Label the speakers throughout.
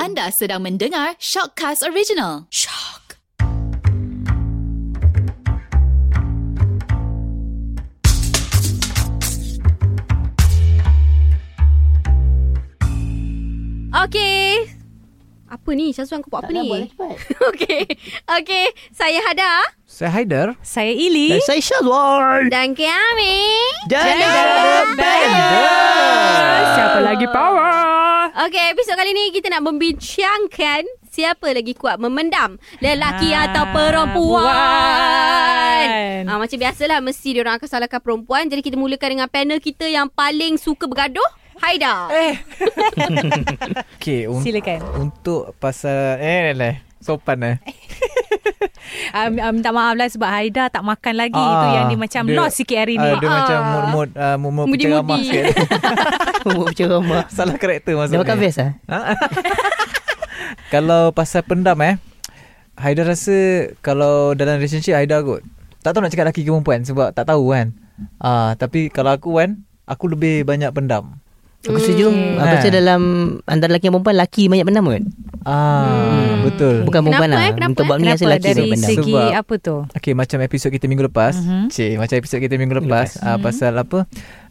Speaker 1: Anda sedang mendengar Shockcast Original.
Speaker 2: Okay. Apa ni? Syazwan kau buat apa ni? okay. Okay. Saya Hada.
Speaker 3: Saya Haidar
Speaker 4: Saya
Speaker 2: Eh?
Speaker 4: Ili.
Speaker 3: Saya Syazwan
Speaker 2: Dan kami.
Speaker 3: Jangan Bender
Speaker 4: Siapa lagi power?
Speaker 2: Okay, episod kali ni kita nak membincangkan siapa lagi kuat memendam. Lelaki
Speaker 4: Ah,
Speaker 2: atau perempuan.
Speaker 4: puan.
Speaker 2: Ah, macam biasalah, mesti diorang akan salahkan perempuan. Jadi kita mulakan dengan panel kita yang paling suka bergaduh. Haida.
Speaker 3: Eh Okay un-
Speaker 4: Silakan.
Speaker 3: Untuk pasal Eh leh Sopan eh
Speaker 4: Um, um, minta maaf lah sebab Haida tak makan lagi. Itu yang dia macam dia, lost sikit hari ni.
Speaker 3: ah, Dia
Speaker 2: Ah.
Speaker 3: macam mood-mood uh, Mood-mood
Speaker 2: Moody-moody.
Speaker 3: pecah ramah sikit
Speaker 5: Umur Oh, macam ramah
Speaker 3: Salah karakter
Speaker 5: Dia
Speaker 3: maksudnya
Speaker 5: makan vest lah
Speaker 3: Ha? kalau pasal pendam eh Haida rasa Kalau dalam relationship Haida kot Tak tahu nak cakap lelaki ke perempuan Sebab tak tahu kan Ah, Tapi kalau aku kan Aku lebih banyak pendam
Speaker 5: Aku setuju
Speaker 3: Hmm.
Speaker 5: Aku rasa
Speaker 3: Ha.
Speaker 5: dalam Antara lelaki dan perempuan Laki banyak pendam kot
Speaker 3: Ah,
Speaker 4: Hmm.
Speaker 3: Betul
Speaker 5: Bukan perempuan
Speaker 2: Kenapa,
Speaker 5: lah
Speaker 2: eh? Kenapa,
Speaker 5: Untuk
Speaker 2: eh?
Speaker 5: bab ni rasa
Speaker 4: Kenapa
Speaker 5: lelaki
Speaker 4: dari
Speaker 5: banyak pendam
Speaker 4: segi
Speaker 3: Sebab-
Speaker 4: apa tu?
Speaker 3: Okay macam episod kita minggu lepas
Speaker 4: Mhm.
Speaker 3: mm-hmm. Cik macam episod kita minggu lepas, lepas. Uh, Pasal apa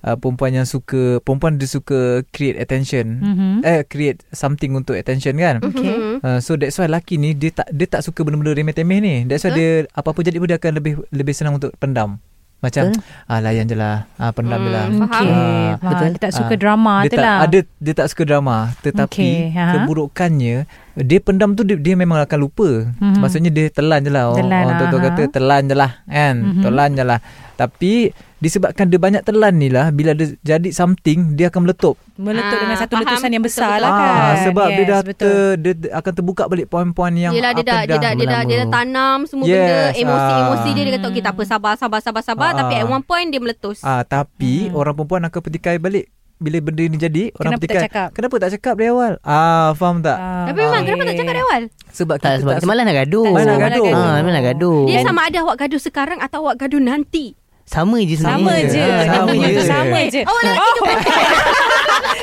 Speaker 3: uh, Perempuan yang suka Perempuan dia suka Create attention
Speaker 4: Mhm.
Speaker 3: mm-hmm. Eh create something untuk attention kan
Speaker 4: Okay.
Speaker 2: Hmm.
Speaker 3: Uh, so that's why lelaki ni dia tak dia tak suka benda-benda remeh-temeh ni. That's why dia apa-apa jadi pun dia akan lebih lebih senang untuk pendam. Macam ah layan je lah. Ah pendam je lah.
Speaker 2: faham.
Speaker 4: Mm, Okay.
Speaker 3: Ah,
Speaker 4: faham.
Speaker 5: betul.
Speaker 4: Dia tak suka
Speaker 3: Ah,
Speaker 4: drama
Speaker 3: dia
Speaker 4: tu
Speaker 3: tak,
Speaker 4: lah.
Speaker 3: Ada dia tak suka drama
Speaker 4: Okey,
Speaker 3: tetapi
Speaker 4: ha.
Speaker 3: keburukannya dia pendam tu dia, dia memang akan lupa.
Speaker 4: Mhm.
Speaker 3: Maksudnya dia telan je lah. Orang-
Speaker 4: Telan,
Speaker 3: orang tua-tua
Speaker 4: aha.
Speaker 3: kata telan je lah kan.
Speaker 4: Mhm.
Speaker 3: Telan je lah. Tapi disebabkan dia banyak telan ni lah bila dia jadi something dia akan meletup.
Speaker 4: Meletup
Speaker 2: Ah,
Speaker 4: dengan satu
Speaker 2: faham.
Speaker 4: letusan yang besar
Speaker 2: Betul-betul.
Speaker 4: lah kan.
Speaker 3: Ah, sebab
Speaker 4: yes,
Speaker 3: dia dah
Speaker 4: betul.
Speaker 3: ter, dia d- akan terbuka balik poin-poin yang
Speaker 2: Yelah dia
Speaker 3: apa
Speaker 2: dah, dia dah, dia dah, dia dah
Speaker 3: melambung.
Speaker 2: tanam semua
Speaker 3: Yes,
Speaker 2: benda emosi-emosi
Speaker 3: ah.
Speaker 2: dia dia kata okey tak apa sabar sabar sabar sabar
Speaker 3: Ah,
Speaker 2: tapi at
Speaker 3: ah.
Speaker 2: one point dia meletus.
Speaker 3: Ah, tapi hmm. orang perempuan akan petikai balik bila benda ni jadi
Speaker 4: Mhm. Kenapa
Speaker 3: orang
Speaker 4: tak
Speaker 3: petikai.
Speaker 4: cakap?
Speaker 3: Kenapa tak cakap dari awal? Ah, faham tak?
Speaker 4: Ah,
Speaker 2: tapi memang kenapa tak cakap dari awal?
Speaker 3: Sebab
Speaker 5: Tak sebab kita malah nak gaduh
Speaker 4: Tak,
Speaker 3: Malah
Speaker 4: sebab
Speaker 3: gaduh.
Speaker 5: ha, Malah nak gaduh
Speaker 2: Dia sama ada awak gaduh sekarang atau awak gaduh nanti.
Speaker 5: Sama je
Speaker 4: Sama
Speaker 5: sebenarnya
Speaker 4: je
Speaker 3: Ah,
Speaker 4: Dia
Speaker 3: sama
Speaker 4: punya tu
Speaker 3: je.
Speaker 4: sama je Oh lelaki oh.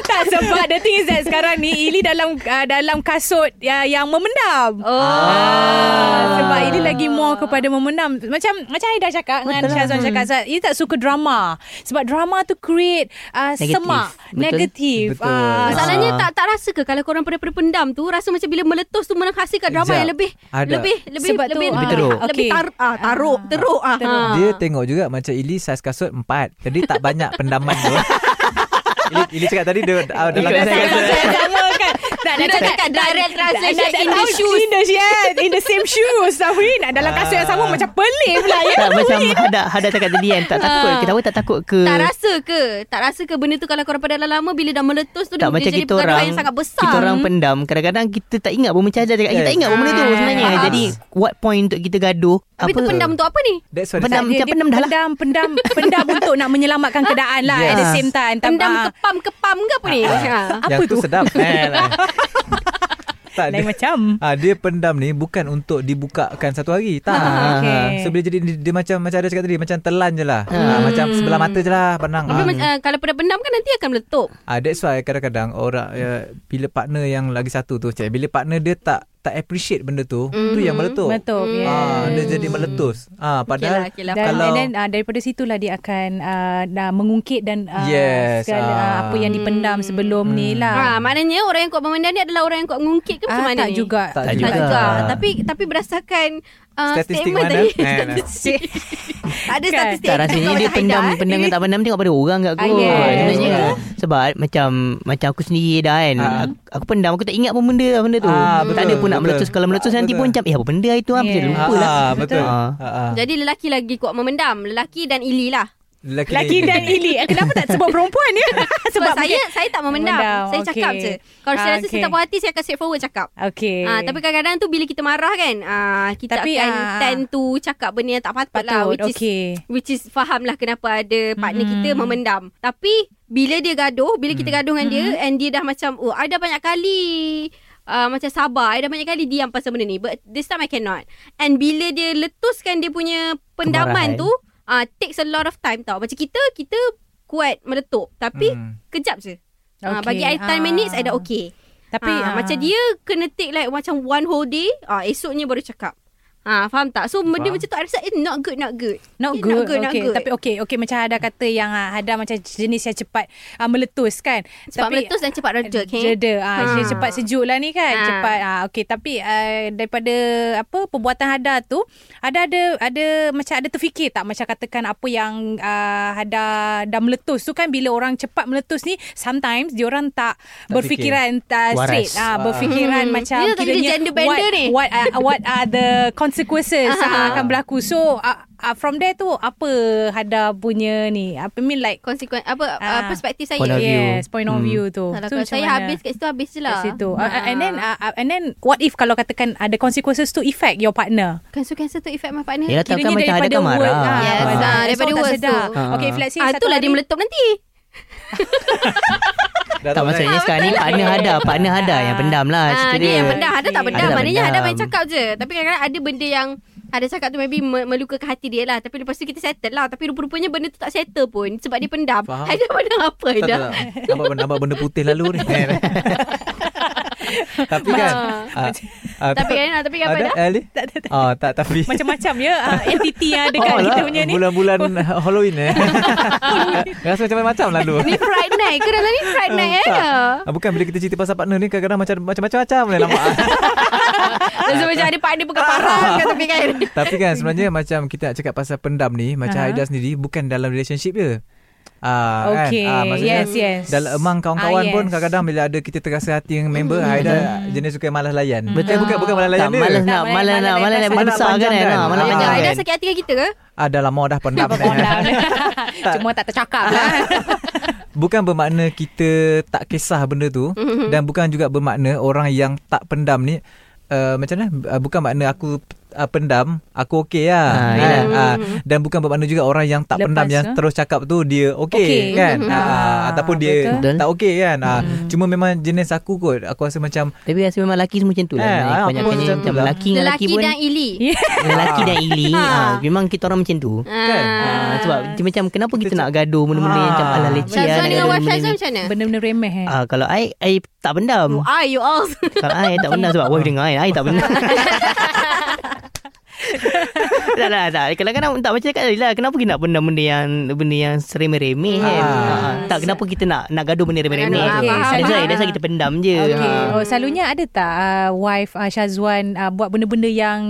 Speaker 4: Tak sebab The thing is that Sekarang ni Ili dalam uh, Dalam kasut uh, Yang memendam
Speaker 2: Oh.
Speaker 4: Ah, sebab Ili lagi more kepada memendam Macam Macam Haida cakap Dengan Syazwan cakap Sebab Ili tak suka drama Sebab drama tu create uh,
Speaker 5: Negatif.
Speaker 4: Semak
Speaker 5: Betul.
Speaker 4: Negatif
Speaker 3: Betul.
Speaker 4: Ah,
Speaker 2: Masalahnya
Speaker 3: Ah.
Speaker 2: tak tak rasa ke kalau korang pada pendam tu rasa macam bila meletus tu menghasilkan drama
Speaker 3: Sekejap.
Speaker 2: yang lebih
Speaker 3: Ada.
Speaker 2: lebih lebih
Speaker 4: Sebab tu,
Speaker 2: lebih
Speaker 4: ah,
Speaker 2: lebih
Speaker 5: teruk.
Speaker 2: lebih
Speaker 4: Okey.
Speaker 2: tar, ah, taruk teruk ah.
Speaker 4: Teruk.
Speaker 3: Dia tengok juga macam Ili saiz kasut 4. Jadi tak banyak pendaman tu. Ili, Ili cakap tadi dia ah, dalam
Speaker 4: Ili
Speaker 3: kasut.
Speaker 4: rasa
Speaker 3: kasut.
Speaker 4: Saya sama kan Tak
Speaker 2: Dia dah cakap direct translation in the shoes.
Speaker 4: In the, yes, in the same shoes Tapi nak dalam kasut yang sama Macam pelik pula ya.
Speaker 5: tak, macam Hada, Hada cakap tadi kan Tak takut Kita tahu tak takut ke
Speaker 2: Tak rasa ke? Tak rasa ke benda tu kalau korang pada dah lama bila dah meletus tu dia,
Speaker 5: tak macam
Speaker 2: jadi
Speaker 5: kita
Speaker 2: pergaduhan
Speaker 5: orang
Speaker 2: yang sangat besar. Hmm.
Speaker 5: Kita orang pendam Kadang-kadang kita tak ingat pun Macam Hada cakap Kita
Speaker 3: Yes.
Speaker 5: tak ingat pun benda tu
Speaker 4: Ah,
Speaker 5: sebenarnya
Speaker 2: faham.
Speaker 5: Jadi what point untuk kita gaduh
Speaker 2: Tapi tu pendam tu apa ni?
Speaker 3: That's why
Speaker 5: Pendam.
Speaker 3: pendam.
Speaker 5: macam pendam dah lah.
Speaker 4: Pendam, pendam, pendam untuk nak menyelamatkan keadaan lah yes. at the
Speaker 5: Yes.
Speaker 4: same time. Tapi,
Speaker 2: Pendam
Speaker 4: ah,
Speaker 2: kepam-kepam ke apa ni? Ha.
Speaker 3: Ah, Yang tu sedap. Eh, lah. tak,
Speaker 4: lain
Speaker 3: dia-
Speaker 4: macam.
Speaker 3: Ah dia pendam ni bukan untuk dibukakan satu hari. Tak. Ah.
Speaker 4: okay.
Speaker 3: So bila jadi dia, dia macam macam ada cakap tadi macam telan je lah. Ah, macam sebelah mata je lah pandang.
Speaker 2: Tapi
Speaker 3: Ah.
Speaker 2: macam, ah, kalau pada pendam kan nanti akan meletup.
Speaker 3: Ah that's why kadang-kadang orang uh, bila partner yang lagi satu tu cik, bila partner dia tak tak appreciate benda tu, mm-hmm. tu yang meletup.
Speaker 4: Betul. Yeah.
Speaker 3: Ah dia jadi meletus. Ah padahal
Speaker 2: Okey lah, okey lah.
Speaker 4: Dan,
Speaker 3: kalau Ah,
Speaker 4: and then uh, daripada situlah dia akan uh, dah mengungkit dan uh,
Speaker 3: Yes,
Speaker 4: segala uh,
Speaker 3: ah.
Speaker 4: apa yang dipendam sebelum ni
Speaker 2: Ha,
Speaker 4: lah.
Speaker 2: maknanya orang yang kuat memendam ni adalah orang yang kuat mengungkit ke macam
Speaker 4: Ah,
Speaker 2: mana
Speaker 4: tak
Speaker 2: ni?
Speaker 4: juga.
Speaker 3: Tak
Speaker 2: Tak
Speaker 3: juga.
Speaker 2: juga. Tapi tapi berdasarkan uh,
Speaker 3: Statistik
Speaker 2: statement
Speaker 3: mana?
Speaker 2: tadi.
Speaker 3: Eh, nah.
Speaker 2: statistik. tak ada
Speaker 4: Kan?
Speaker 2: statistik.
Speaker 5: Tak rasanya
Speaker 2: Kau
Speaker 5: dia
Speaker 2: macam
Speaker 5: pendam
Speaker 2: Haidar, eh.
Speaker 5: Pendam ke tak pendam Tengok pada orang kat
Speaker 4: Ah,
Speaker 5: kot
Speaker 4: yes.
Speaker 5: Sebenarnya
Speaker 3: Betul.
Speaker 5: kan Sebab macam Macam aku sendiri dah kan
Speaker 3: Ah.
Speaker 5: aku, aku pendam Aku tak ingat pun benda lah Benda tu
Speaker 3: Ah, betul,
Speaker 5: Tak ada pun nak
Speaker 3: betul.
Speaker 5: meletus Kalau meletus
Speaker 3: Ah,
Speaker 5: nanti
Speaker 3: betul.
Speaker 5: pun macam Eh apa benda itu lah Macam
Speaker 4: Yes.
Speaker 5: lupa lah
Speaker 3: ah, betul.
Speaker 5: Ah.
Speaker 3: Ah, ah.
Speaker 2: Jadi lelaki lagi kuat memendam. Lelaki dan Ili lah.
Speaker 3: Lelaki,
Speaker 4: Laki dan Ili. Eh, Kenapa tak sebut perempuan ya?
Speaker 2: Sebab, saya saya tak memendam.
Speaker 4: Memendam,
Speaker 2: Saya cakap
Speaker 4: okey.
Speaker 2: je. Kalau saya
Speaker 4: Ah,
Speaker 2: rasa
Speaker 4: okey.
Speaker 2: saya tak puas hati, saya akan straight forward cakap.
Speaker 4: Okay.
Speaker 2: Ah, tapi kadang-kadang tu bila kita marah kan, ah, kita tapi,
Speaker 4: Tapi,
Speaker 2: akan
Speaker 4: ah,
Speaker 2: tend to cakap benda yang tak patut, lah.
Speaker 4: patut.
Speaker 2: Which is
Speaker 4: Okay.
Speaker 2: Which is faham lah kenapa ada partner
Speaker 4: Hmm.
Speaker 2: mm-hmm. kita memendam. Tapi bila dia gaduh, bila kita gaduh dengan mm-hmm. dia
Speaker 4: Hmm.
Speaker 2: and dia dah macam, oh, I dah banyak kali uh, macam sabar. I dah banyak kali diam pasal benda ni. But this time I cannot. And bila dia letuskan dia punya pendaman
Speaker 5: Kemarahan.
Speaker 2: tu, uh, takes a lot of time tau. Macam kita, kita kuat meletup. Tapi
Speaker 3: Mm.
Speaker 2: kejap je. Okay. Uh,
Speaker 4: Okay,
Speaker 2: bagi I 10
Speaker 4: Hmm. ah.
Speaker 2: minutes, I dah okay.
Speaker 4: Tapi
Speaker 2: ha,
Speaker 4: ah,
Speaker 2: macam dia kena take like macam one whole day, ah esoknya baru cakap. Ah, faham tak? So benda
Speaker 3: Faham.
Speaker 2: macam tu I rasa eh, not good, not good.
Speaker 4: Not
Speaker 2: Eh,
Speaker 4: good,
Speaker 2: not good, not
Speaker 4: okay.
Speaker 2: good.
Speaker 4: Tapi okay, okay macam ada kata yang ah, ada macam jenis yang cepat ah, meletus kan.
Speaker 2: Cepat
Speaker 4: Tapi,
Speaker 2: meletus dan cepat reda, okay?
Speaker 4: Jeda ah, ha.
Speaker 2: kan? Ha.
Speaker 4: cepat sejuk lah ni kan
Speaker 2: Ha.
Speaker 4: cepat ah okey tapi uh, daripada apa perbuatan Hada tu ada ada ada macam ada terfikir tak macam katakan apa yang uh, Hada dah meletus tu kan bila orang cepat meletus ni sometimes diorang tak, tak berfikiran tak
Speaker 5: Waras.
Speaker 4: straight ah
Speaker 3: Ah.
Speaker 4: berfikiran
Speaker 2: Hmm.
Speaker 4: macam
Speaker 2: Ya, tak jadi gender
Speaker 4: what,
Speaker 2: bender ni.
Speaker 4: what are, what are the consequences ah, akan berlaku so uh, uh, from there tu apa Hada punya ni apa I mean like
Speaker 2: Konsekuen apa
Speaker 4: Ah.
Speaker 2: ah. perspektif saya.
Speaker 3: Point of view.
Speaker 4: Yes, point of
Speaker 3: Hmm.
Speaker 4: view tu.
Speaker 2: Kalau
Speaker 4: tu
Speaker 2: kalau
Speaker 4: macam
Speaker 2: saya
Speaker 4: mana?
Speaker 2: habis kat situ habis je
Speaker 4: Kat
Speaker 2: lah.
Speaker 4: situ. Uh,
Speaker 2: Ah.
Speaker 4: and then uh, uh, and then what if kalau katakan ada consequences to effect your partner?
Speaker 2: Consequences Ah, tu effect my partner.
Speaker 5: Yelah, tak akan macam ada kan marah.
Speaker 4: ah,
Speaker 2: Yes,
Speaker 4: pasal-
Speaker 2: ah,
Speaker 4: so
Speaker 2: daripada
Speaker 4: tak
Speaker 2: words
Speaker 4: sedar.
Speaker 2: tu.
Speaker 3: Ah.
Speaker 4: Okay, if let's say
Speaker 2: Ah,
Speaker 4: satu
Speaker 2: itulah
Speaker 4: hari-
Speaker 2: dia meletup nanti.
Speaker 3: Dah
Speaker 5: Tak
Speaker 3: tahu, right?
Speaker 5: maksudnya sekarang ni partner ada, partner ada yang pendam lah
Speaker 2: Ah,
Speaker 5: cerita
Speaker 2: dia yang pendam Ada tak
Speaker 5: Ada
Speaker 2: pendam
Speaker 5: tak
Speaker 2: Maknanya ada
Speaker 5: pendam.
Speaker 2: main cakap je Tapi kadang-kadang ada benda yang Ada cakap tu maybe me- melukakan hati dia lah Tapi lepas tu kita settle lah Tapi rupa-rupanya benda tu tak settle pun Sebab dia pendam
Speaker 3: Faham.
Speaker 2: Ada pandang apa
Speaker 3: Tak,
Speaker 2: Aida
Speaker 3: tak, tak. Nampak, nampak benda putih lalu ni Tapi kan ah, ah,
Speaker 2: Tapi kan ah, Tapi kan apa
Speaker 3: Ada
Speaker 2: dah
Speaker 3: Ali?
Speaker 4: Tak, tak, tak.
Speaker 3: Ah, tak tapi Oh, lah.
Speaker 4: Macam-macam ya uh, entiti yang ada
Speaker 5: Oh,
Speaker 4: kat
Speaker 5: lah.
Speaker 4: kita punya ni.
Speaker 3: Bulan-bulan Halloween eh Rasa macam-macam lah dulu
Speaker 2: Ni fried night ke dalam ni fried night eh
Speaker 3: Ah, Bukan bila kita cerita pasal partner ni Kadang-kadang macam- macam-macam-macam boleh nampak
Speaker 2: Rasa macam ada pak dia pegang parang kat tepi kan
Speaker 3: Tapi kan sebenarnya Macam kita nak cakap pasal pendam ni Macam
Speaker 4: Aha.
Speaker 3: Aida sendiri Bukan dalam relationship je Ah,
Speaker 4: Okay,
Speaker 3: kan? ah, maksudnya
Speaker 4: yes, yes.
Speaker 3: Dalam among kawan-kawan
Speaker 4: Ah,
Speaker 3: pun
Speaker 4: yes. Mm-hmm.
Speaker 3: kadang-kadang bila ada kita terasa hati dengan member Aida jenis suka malas layan.
Speaker 5: Betul.
Speaker 3: Eh, bukan bukan malas layan
Speaker 5: Tak
Speaker 3: dia.
Speaker 5: malas
Speaker 4: Tak,
Speaker 5: nak
Speaker 4: malas-
Speaker 5: malas nak
Speaker 4: malas
Speaker 5: malas nak
Speaker 4: nak
Speaker 5: besar kan.
Speaker 3: panjang
Speaker 5: kan?
Speaker 3: kan?
Speaker 5: Ah, Malas
Speaker 3: Ah,
Speaker 5: panjang.
Speaker 2: Aida
Speaker 5: kan?
Speaker 2: sakit hati kat kita ke
Speaker 3: Ah, dah lama dah pendam.
Speaker 4: Apa pendam ni? Cuma tak tercakap lah.
Speaker 3: Bukan bermakna kita tak kisah benda tu
Speaker 4: Mhm.
Speaker 3: mm-hmm. dan bukan juga bermakna orang yang tak pendam ni uh, macam mana uh, bukan makna aku uh, pendam aku okey lah
Speaker 5: Ah,
Speaker 3: kan?
Speaker 5: yelah.
Speaker 3: Ah, dan bukan bermakna juga orang yang tak
Speaker 4: Lepas
Speaker 3: pendam yang
Speaker 4: tu.
Speaker 3: terus cakap tu dia okey
Speaker 4: Okey.
Speaker 3: kan
Speaker 4: Mhm.
Speaker 3: Ah,
Speaker 4: Ah, Mhm.
Speaker 3: ataupun dia
Speaker 5: betul.
Speaker 3: tak okey kan Ah, cuma memang jenis aku kot aku rasa macam
Speaker 5: Tapi rasa memang lelaki semua macam tu lah.
Speaker 3: Eh, ah,
Speaker 5: Banyak
Speaker 3: aku pun macam
Speaker 5: macam
Speaker 3: tu lah.
Speaker 5: lelaki dengan lelaki
Speaker 2: Lelaki
Speaker 5: pun.
Speaker 2: dan ili
Speaker 5: Lelaki dan ili. ah, Memang kita orang macam tu.
Speaker 3: kan
Speaker 5: Ah, sebab dia macam kenapa kita nak gaduh benda-benda yang macam
Speaker 3: Ah.
Speaker 5: ala leceh
Speaker 2: Syazwan
Speaker 5: lah,
Speaker 2: dengan
Speaker 5: gaduh
Speaker 2: Wan
Speaker 5: benda
Speaker 2: Syazwan
Speaker 5: ni.
Speaker 2: macam mana
Speaker 4: Benda-benda remeh eh.
Speaker 5: Ah, kalau I, I tak
Speaker 2: You
Speaker 5: pendam.
Speaker 2: are you all
Speaker 5: Kalau I tak benar sebab wife dengar I, I tak benar. tak, tak, tak. Kadang-kadang tak macam cakap tadi lah. Kenapa kita nak benda benda yang benda yang seremeh-remeh kan?
Speaker 3: Ah.
Speaker 5: Ah, tak, kenapa kita nak nak gaduh benda remeh-remeh?
Speaker 2: Aduh,
Speaker 5: Okay.
Speaker 2: faham.
Speaker 5: That's why, that's why kita pendam je.
Speaker 4: Okay.
Speaker 5: Ah.
Speaker 4: Oh, selalunya ada tak uh, wife uh, Syazwan uh, buat benda-benda yang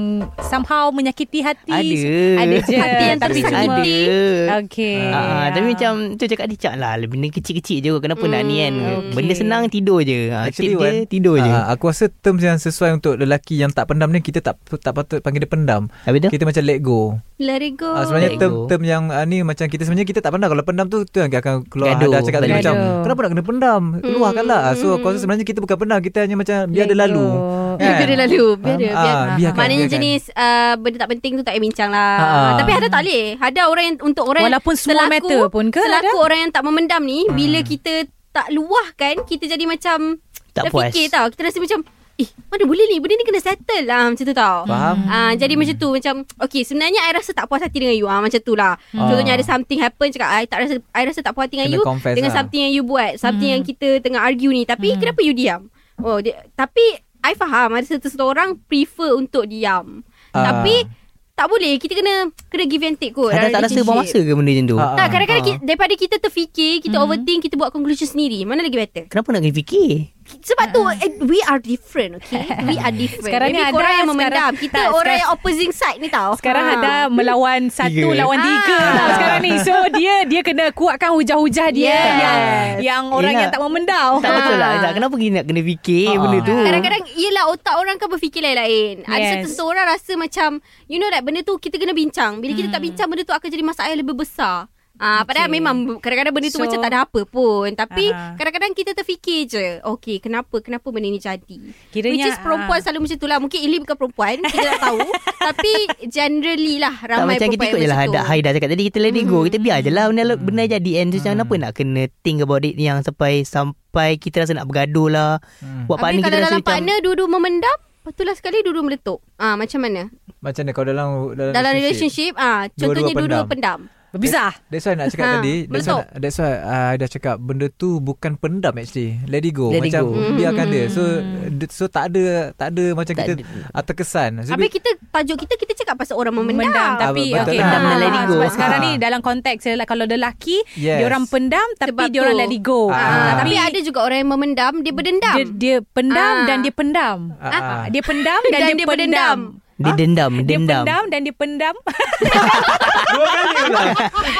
Speaker 4: somehow menyakiti hati?
Speaker 5: Ada.
Speaker 4: Ada je.
Speaker 2: Hati yang
Speaker 4: Tapi
Speaker 2: tersakiti.
Speaker 4: cuma-
Speaker 5: Ada.
Speaker 4: Okay. ya.
Speaker 5: Ah, ah, tapi macam tu cakap dicak lah Benda kecil-kecil je kot, Kenapa nak ni kan
Speaker 4: Hmm,
Speaker 5: Benda senang tidur je ah, Tip
Speaker 3: Actually,
Speaker 5: dia
Speaker 3: Wan,
Speaker 5: tidur je
Speaker 3: ah, aku rasa terms yang sesuai untuk lelaki yang tak pendam ni kita tak tak patut panggil dia pendam.
Speaker 5: Habis tu
Speaker 3: Kita macam let go.
Speaker 2: Let it go
Speaker 3: Ah, sebenarnya
Speaker 5: Let
Speaker 3: term,
Speaker 5: go.
Speaker 3: term yang ah, ni macam kita sebenarnya kita tak pandang kalau pendam tu tu yang akan keluar
Speaker 5: Gaduh.
Speaker 3: ada cakap tadi
Speaker 5: Gaduh.
Speaker 3: macam kenapa nak kena pendam keluarkanlah Ah, so
Speaker 2: Hmm.
Speaker 3: aku rasa sebenarnya kita bukan pendam kita hanya macam biar dia
Speaker 4: Let
Speaker 3: lalu
Speaker 4: go.
Speaker 5: Eh,
Speaker 3: kan?
Speaker 2: Biar dia lalu Biar dia
Speaker 3: Ah,
Speaker 2: biar,
Speaker 3: biarkan,
Speaker 2: Maknanya
Speaker 3: biarkan.
Speaker 2: jenis uh, Benda tak penting tu tak payah bincang lah
Speaker 3: Ah.
Speaker 2: Tapi ada tak boleh Ada orang yang Untuk orang yang
Speaker 4: Walaupun semua
Speaker 2: selaku,
Speaker 4: matter pun ke,
Speaker 2: Selaku ada? orang yang tak memendam ni Bila kita tak luahkan Kita jadi macam
Speaker 5: Tak puas.
Speaker 2: Terfikir tau Kita rasa macam Eh mana boleh ni Benda ni kena settle lah Macam tu tau
Speaker 3: Faham.
Speaker 2: Ah, jadi macam tu Macam Okay sebenarnya I rasa tak puas hati dengan you ah, Macam tu lah Contohnya
Speaker 3: Ah.
Speaker 2: ada something happen Cakap I tak rasa I rasa tak puas hati dengan you
Speaker 3: Kena confess
Speaker 2: Dengan
Speaker 3: lah.
Speaker 2: something yang you buat Something yang kita tengah argue ni Tapi kenapa you diam Oh dia, Tapi I faham Ada satu orang Prefer untuk diam
Speaker 3: Ah.
Speaker 2: Tapi Tak boleh Kita kena Kena give and take kot
Speaker 5: Ada
Speaker 2: dalam
Speaker 5: tak rasa buang masa
Speaker 2: relationship.
Speaker 5: ke benda macam tu
Speaker 3: Ah,
Speaker 2: Tak kadang-kadang
Speaker 3: ah.
Speaker 2: kita, Daripada kita terfikir Kita overthink Kita buat conclusion sendiri Mana lagi better
Speaker 5: Kenapa nak kena fikir
Speaker 2: sebab tu eh, We are different okay We are different
Speaker 4: Sekarang
Speaker 2: Maybe
Speaker 4: ni ada,
Speaker 2: korang yang
Speaker 4: sekarang-
Speaker 2: memendam Kita
Speaker 4: tak,
Speaker 2: orang
Speaker 4: sekarang-
Speaker 2: yang opposing side ni tau
Speaker 4: Sekarang
Speaker 2: Ha.
Speaker 4: ada melawan satu
Speaker 3: Tiga. eh?
Speaker 4: lawan tiga
Speaker 2: Ah.
Speaker 4: tau sekarang ni. So dia dia kena kuatkan hujah-hujah dia
Speaker 2: Yes.
Speaker 4: yang yang orang
Speaker 5: Yelah.
Speaker 4: yang tak memendau.
Speaker 5: Tak
Speaker 2: Ah.
Speaker 5: betul lah Izzat. Kenapa kita nak kena fikir benda tu
Speaker 2: Kadang-kadang Yelah otak orang kan berfikir lain-lain yes. Ada
Speaker 4: Yes.
Speaker 2: satu orang rasa macam You know like benda tu Kita kena bincang Bila kita tak
Speaker 4: Mm.
Speaker 2: bincang Benda tu akan jadi masalah yang lebih besar Ah, okay. Padahal
Speaker 4: Okay.
Speaker 2: memang Kadang-kadang benda tu so,
Speaker 4: So-
Speaker 2: macam tak ada apa pun Tapi
Speaker 4: Aha.
Speaker 2: kadang-kadang kita terfikir je Okay kenapa Kenapa benda ni jadi
Speaker 4: Kiranya,
Speaker 2: Which is perempuan
Speaker 4: ah.
Speaker 2: selalu macam tu lah Mungkin Ili bukan perempuan Kita tak tahu Tapi generally lah
Speaker 5: tak
Speaker 2: Ramai
Speaker 5: macam kita
Speaker 2: perempuan
Speaker 5: ikut je
Speaker 2: yang Hmm.
Speaker 5: lah
Speaker 2: macam
Speaker 5: Haida,
Speaker 2: tu
Speaker 5: Haida cakap tadi Kita let it go Kita biar je lah Benda, benda jadi And so, kenapa nak kena Think about it Yang sampai Sampai kita rasa nak bergaduh lah
Speaker 3: Hmm.
Speaker 5: Buat
Speaker 2: Habis
Speaker 5: partner kita
Speaker 2: kalau
Speaker 5: rasa
Speaker 2: dalam
Speaker 5: macam
Speaker 2: partner Dua-dua memendam Lepas tu lah sekali Dua-dua meletup ah, Macam mana
Speaker 3: macam mana kalau dalam dalam,
Speaker 2: Dalam relationship ah, Contohnya
Speaker 3: Dua-dua
Speaker 2: dua-dua
Speaker 3: pendam.
Speaker 2: pendam
Speaker 4: Berbizah.
Speaker 3: That's why nak cakap
Speaker 2: Ha,
Speaker 3: tadi That's why,
Speaker 2: meletup.
Speaker 3: that's why uh, I dah cakap Benda tu bukan pendam actually Let it go
Speaker 5: Let it
Speaker 3: Macam
Speaker 5: go.
Speaker 2: Hmm.
Speaker 3: biarkan dia So d- so tak ada Tak ada macam
Speaker 5: Tak
Speaker 3: kita
Speaker 5: ada.
Speaker 3: ah, Terkesan so,
Speaker 2: Habis kita tajuk kita kita cakap pasal orang memendam.
Speaker 4: Mendam tapi
Speaker 3: Ah, betul
Speaker 5: lah.
Speaker 4: okay,
Speaker 5: Pendam dan let it go.
Speaker 4: Sebab
Speaker 5: Ha.
Speaker 4: sekarang
Speaker 2: Ah.
Speaker 4: ni dalam konteks dia lah, kalau lelaki
Speaker 3: Yes.
Speaker 4: yes. diorang pendam tapi
Speaker 2: Sebab
Speaker 4: Sebab diorang
Speaker 2: tu.
Speaker 4: let it go.
Speaker 2: Ah,
Speaker 3: Ah.
Speaker 2: tapi ada juga orang yang memendam dia berdendam.
Speaker 4: dia, dia pendam
Speaker 2: Ah.
Speaker 4: dan dia pendam.
Speaker 3: Ah, ah.
Speaker 4: Dia pendam dan,
Speaker 2: Dan
Speaker 4: dia,
Speaker 2: dia
Speaker 4: pendam.
Speaker 5: Dia dendam,
Speaker 4: Dia
Speaker 5: dendam.
Speaker 4: pendam dan dia pendam.
Speaker 3: Dua kali lah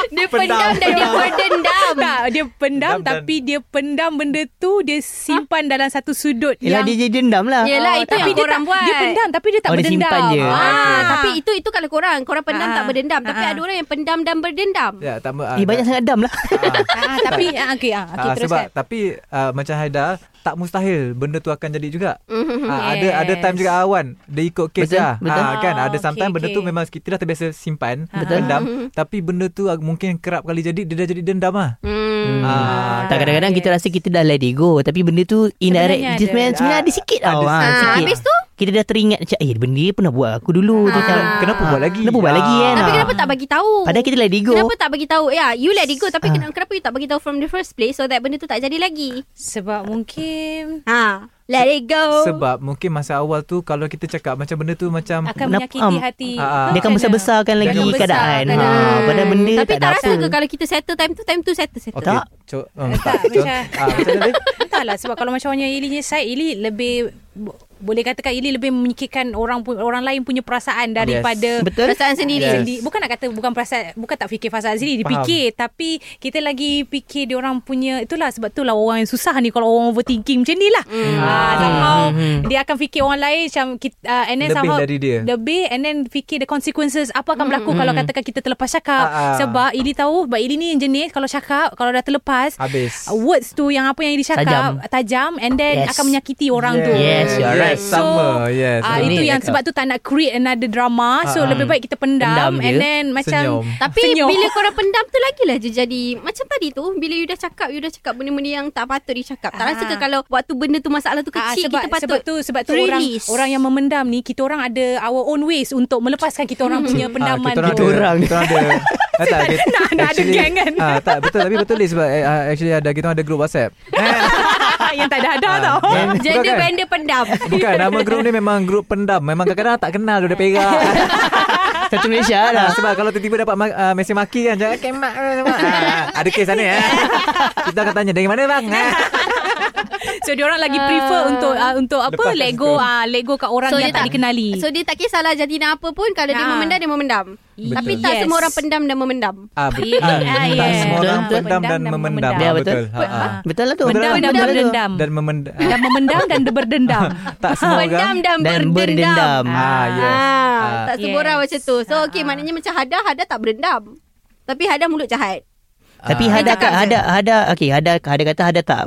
Speaker 2: Dia pendam dan dia berdendam.
Speaker 4: tak, dia pendam
Speaker 3: Pendam dan-
Speaker 4: tapi dia pendam benda tu dia simpan dalam satu sudut
Speaker 5: Yelah dia
Speaker 4: yang Oh,
Speaker 5: jadi dendam lah.
Speaker 2: Yeah. Yelah, itu
Speaker 4: tapi
Speaker 2: yang
Speaker 4: dia
Speaker 2: korang
Speaker 4: tak, Dia
Speaker 2: buat.
Speaker 4: pendam tapi dia tak
Speaker 5: Oh, dia
Speaker 4: berdendam.
Speaker 5: simpan je.
Speaker 2: Ah,
Speaker 4: Ah.
Speaker 2: tapi itu itu kalau korang, korang pendam
Speaker 4: Ah.
Speaker 2: tak berdendam. Tapi
Speaker 4: Ah.
Speaker 2: ada orang yang pendam dan berdendam.
Speaker 3: Ya, tak, ma- ah,
Speaker 5: Eh banyak sangat dam lah.
Speaker 3: ah.
Speaker 4: Ah, tapi ah, okey ah, okey
Speaker 3: Ah,
Speaker 4: terus
Speaker 3: sebab
Speaker 4: Syed.
Speaker 3: tapi uh, macam Haida tak mustahil benda tu akan jadi juga.
Speaker 4: Mm-hmm.
Speaker 2: Mhm.
Speaker 3: Ah, ada ada time juga awan dia ikut kes
Speaker 5: Betul,
Speaker 3: lah.
Speaker 5: betul.
Speaker 3: Ah, kan
Speaker 4: Ah,
Speaker 3: ada sometimes
Speaker 4: okey,
Speaker 3: benda tu
Speaker 4: okey. Ha,
Speaker 3: memang kita dah terbiasa simpan,
Speaker 5: Betul.
Speaker 3: pendam tapi benda tu ah, mungkin kerap kali jadi dia dah jadi dendam lah.
Speaker 2: Hmm.
Speaker 3: Ah,
Speaker 5: Tak kadang-kadang kita rasa kita dah let it go Tapi benda tu indirect
Speaker 4: Sebenarnya
Speaker 5: Sebenarnya, sebenarnya,
Speaker 3: ada.
Speaker 5: sebenarnya ada sikit tau
Speaker 3: Ada
Speaker 5: ha,
Speaker 3: sikit.
Speaker 5: sikit.
Speaker 2: Ah, habis tu? Ah.
Speaker 5: Kita dah teringat macam Eh benda dia pernah buat aku dulu ha.
Speaker 3: Kenapa, kenapa buat lagi?
Speaker 5: Kenapa buat lagi, kan?
Speaker 2: Tapi
Speaker 5: Ah.
Speaker 2: kenapa tak bagi tahu?
Speaker 5: Padahal kita let it go
Speaker 2: Oh. Kenapa tak bagi tahu? Ya, you let it go tapi
Speaker 5: Ah.
Speaker 2: kenapa, kenapa you tak bagi tahu from the first place so that benda tu tak jadi lagi?
Speaker 4: sebab mungkin
Speaker 2: Ha, let it go.
Speaker 3: Sebab mungkin masa awal tu kalau kita cakap macam benda tu macam
Speaker 4: akan
Speaker 5: Kenapa-
Speaker 4: menyakiti
Speaker 5: ah,
Speaker 4: hati.
Speaker 3: ah, ah.
Speaker 4: Kau
Speaker 5: Dia akan
Speaker 4: macam
Speaker 5: besar-besarkan
Speaker 4: mana?
Speaker 5: lagi
Speaker 4: Dia akan
Speaker 5: keadaan
Speaker 4: besarkan.
Speaker 5: ha, Padahal benda
Speaker 2: tapi
Speaker 5: tak ada
Speaker 2: rasa
Speaker 5: apa
Speaker 2: ke kalau kita settle time tu time tu settle settle.
Speaker 3: Okey,
Speaker 5: tak.
Speaker 3: co- um,
Speaker 4: Eh,
Speaker 3: tak.
Speaker 4: tak,
Speaker 3: co-
Speaker 4: macam-
Speaker 3: ah, macam tadi.
Speaker 4: Entahlah sebab kalau macam orang yang Ili ni saya Ili lebih bo- boleh katakan Ili lebih memikirkan orang pu- orang lain punya perasaan daripada
Speaker 5: Betul
Speaker 2: Perasaan sendiri.
Speaker 3: Yes.
Speaker 4: Sendi, bukan nak kata bukan perasaan bukan tak fikir perasaan sendiri
Speaker 3: Faham.
Speaker 4: dipikir tapi kita lagi fikir dia orang punya itulah sebab itulah orang yang susah ni kalau orang overthinking macam ni lah mm. uh, somehow
Speaker 5: Hmm.
Speaker 4: mm. dia akan fikir orang lain macam kita, uh, and then
Speaker 3: Lebih
Speaker 4: somehow
Speaker 3: dari dia. Hmm.
Speaker 4: lebih and then fikir the consequences apa akan berlaku mm. kalau katakan kita terlepas cakap
Speaker 3: Ah, ah.
Speaker 4: sebab Ili tahu sebab Ili ni jenis kalau cakap kalau dah terlepas uh,
Speaker 3: Habis.
Speaker 4: words tu yang apa yang Ili cakap tajam, and then
Speaker 5: Yes.
Speaker 4: akan menyakiti orang tu
Speaker 5: Yes, you are right.
Speaker 3: Sama, Ya. yes.
Speaker 4: Ah,
Speaker 5: betul.
Speaker 4: itu
Speaker 5: Ni
Speaker 4: yang
Speaker 5: cakap.
Speaker 4: sebab tu tak nak create another drama. So
Speaker 3: Ah,
Speaker 4: lebih baik kita pendam,
Speaker 5: Pendam je.
Speaker 4: and then macam
Speaker 3: Senyum.
Speaker 2: Tapi
Speaker 4: Senyum.
Speaker 2: bila korang pendam tu lagilah je jadi Macam tadi tu Bila you dah cakap You dah cakap benda-benda yang tak patut dicakap Tak
Speaker 4: Ah.
Speaker 2: rasa ke kalau Waktu benda tu masalah tu
Speaker 4: Ah,
Speaker 2: kecil
Speaker 4: sebab,
Speaker 2: Kita patut
Speaker 4: sebab tu sebab tu
Speaker 2: release.
Speaker 4: orang orang yang memendam ni kita orang ada our own ways untuk melepaskan kita orang punya
Speaker 3: Ah,
Speaker 4: pendaman
Speaker 5: orang ada-
Speaker 4: tu.
Speaker 5: Orang.
Speaker 3: Kita orang ada Ah, tak, kita,
Speaker 4: nak- nak ada gang kan?
Speaker 3: ah, Tak betul Tapi betul ni sebab eh, ah, Actually ada Kita orang ada group whatsapp
Speaker 4: yang tak ada ada tau.
Speaker 2: ya.
Speaker 3: Ah, bukan
Speaker 2: Gender
Speaker 3: kan?
Speaker 2: bender pendam
Speaker 3: Bukan nama grup ni memang grup pendam Memang kadang-kadang tak kenal Dia dah perak
Speaker 5: Satu Malaysia lah
Speaker 3: ah, Sebab kalau tiba-tiba dapat ma- ah, Mesin maki kan Jangan kemak ah, Ada kes sana eh. Kita akan tanya Dari mana bang ah.
Speaker 4: So dia orang lagi prefer untuk ah, untuk apa
Speaker 3: Lepaskan
Speaker 4: let go
Speaker 3: situ.
Speaker 4: ah let go kat orang yang tak, dikenali.
Speaker 2: So dia tak kisahlah Jadi apa pun Kalau dia
Speaker 4: Ah.
Speaker 2: memendam Dia memendam
Speaker 4: Betul.
Speaker 2: Tapi tak
Speaker 4: Yes.
Speaker 2: semua orang pendam dan memendam
Speaker 3: Ah, betul.
Speaker 4: Ah,
Speaker 3: Ah,
Speaker 4: yes.
Speaker 3: Tak semua orang
Speaker 5: Betul,
Speaker 3: pendam dan memendam.
Speaker 5: Ya,
Speaker 3: Ah,
Speaker 5: betul.
Speaker 3: Ah, ah.
Speaker 5: Betul lah tu
Speaker 4: Pendam dan
Speaker 5: Betul tu.
Speaker 4: berdendam.
Speaker 3: Dan ah, memendam.
Speaker 4: Dan memendam dan berdendam.
Speaker 3: Tak semua
Speaker 2: Pendam
Speaker 3: orang.
Speaker 2: dan,
Speaker 5: Dan
Speaker 2: berdendam
Speaker 5: berdendam
Speaker 3: Ah, yes.
Speaker 2: Ah,
Speaker 3: Ah.
Speaker 2: Tak semua orang
Speaker 4: Yes. Ah,
Speaker 2: macam tu So okay maknanya macam Hada Hada tak berdendam Tapi Hada mulut jahat
Speaker 5: Tapi
Speaker 3: Ah.
Speaker 5: Hada
Speaker 2: cakap
Speaker 5: kat Hada Hada okey Hada Hada kata Hada tak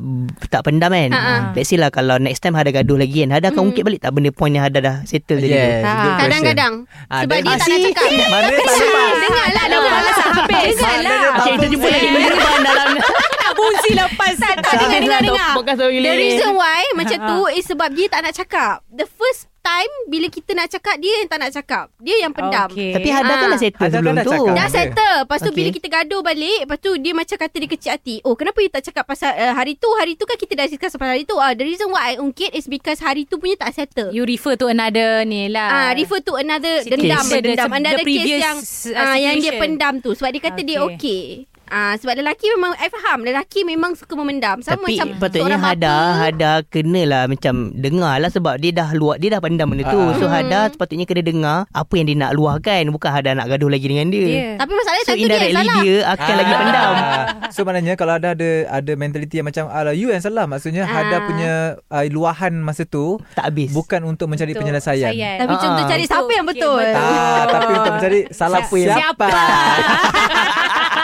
Speaker 5: tak pendam kan.
Speaker 2: Ha, ha.
Speaker 5: Let's say lah kalau next time Hada gaduh lagi kan. Hada akan ungkit balik tak benda point yang Hada dah settle tadi. tu?
Speaker 3: Yes, good question.
Speaker 2: Kadang-kadang lah,
Speaker 3: Ah,
Speaker 2: Sebab
Speaker 3: dan-
Speaker 2: dia tak nak
Speaker 5: Ah,
Speaker 2: cakap
Speaker 3: Mana tak lepas.
Speaker 2: Dengarlah Dah
Speaker 4: Ah.
Speaker 2: balas
Speaker 4: lah.
Speaker 2: habis Dengarlah
Speaker 5: Okay, kita jumpa lagi minggu depan dalam
Speaker 4: Tak fungsi lepas. lah. Tak
Speaker 2: Tak dengar dengar dengar
Speaker 5: Podcast sama
Speaker 2: The
Speaker 5: gila.
Speaker 2: reason why Macam tu
Speaker 4: Ha.
Speaker 2: Is sebab dia tak nak cakap The first time Bila kita nak cakap Dia yang tak nak cakap Dia yang pendam
Speaker 4: Okay.
Speaker 5: Tapi Hada kan
Speaker 2: Ah.
Speaker 5: dah settle
Speaker 3: Hada kan
Speaker 5: sebelum
Speaker 3: dah
Speaker 5: tu.
Speaker 3: cakap.
Speaker 2: Dah
Speaker 3: Okay.
Speaker 2: settle Lepas tu
Speaker 5: Okay.
Speaker 2: bila kita gaduh balik Lepas tu dia macam kata Dia kecil hati Oh kenapa you tak cakap pasal uh, Hari tu Hari tu kan kita dah discuss pasal hari tu Ah, The reason why I ungkit Is because hari tu punya tak settle
Speaker 4: You refer to another ni
Speaker 2: Ah,
Speaker 4: lah.
Speaker 2: refer to another
Speaker 4: Case.
Speaker 2: dendam
Speaker 4: The- the-
Speaker 2: dendam
Speaker 4: the
Speaker 2: another case
Speaker 4: previous,
Speaker 2: yang
Speaker 4: uh,
Speaker 2: ah, yang dia
Speaker 4: situation.
Speaker 2: pendam tu sebab dia kata dia
Speaker 4: Okay.
Speaker 2: okey. Ah sebab lelaki memang I faham lelaki memang suka memendam sama
Speaker 5: Tapi
Speaker 2: macam
Speaker 5: patutnya
Speaker 2: seorang
Speaker 5: Hada
Speaker 2: bapa.
Speaker 5: Hada kenalah macam dengar lah sebab dia dah luar dia dah pandang benda tu.
Speaker 3: Ah.
Speaker 5: So
Speaker 2: Hmm.
Speaker 5: Hada sepatutnya kena dengar apa yang dia nak luahkan bukan Hada nak gaduh lagi dengan dia.
Speaker 4: Yeah.
Speaker 2: Tapi masalahnya
Speaker 5: So
Speaker 2: satu Eh, dia yang
Speaker 5: indirectly
Speaker 2: salah.
Speaker 5: dia akan Kan, lagi pendam.
Speaker 3: Ah. So maknanya kalau ada ada ada mentality yang macam ala you yang salah maksudnya
Speaker 2: Ah.
Speaker 3: Hada punya uh, luahan masa tu
Speaker 5: Tak habis.
Speaker 3: bukan untuk mencari penyelesaian.
Speaker 2: Tapi
Speaker 5: Ah,
Speaker 2: contoh cari
Speaker 4: betul.
Speaker 2: siapa yang
Speaker 4: Okey,
Speaker 2: betul.
Speaker 4: betul.
Speaker 3: Ah, tapi untuk mencari salah
Speaker 4: Siapa?
Speaker 3: pun yang
Speaker 4: Siapa?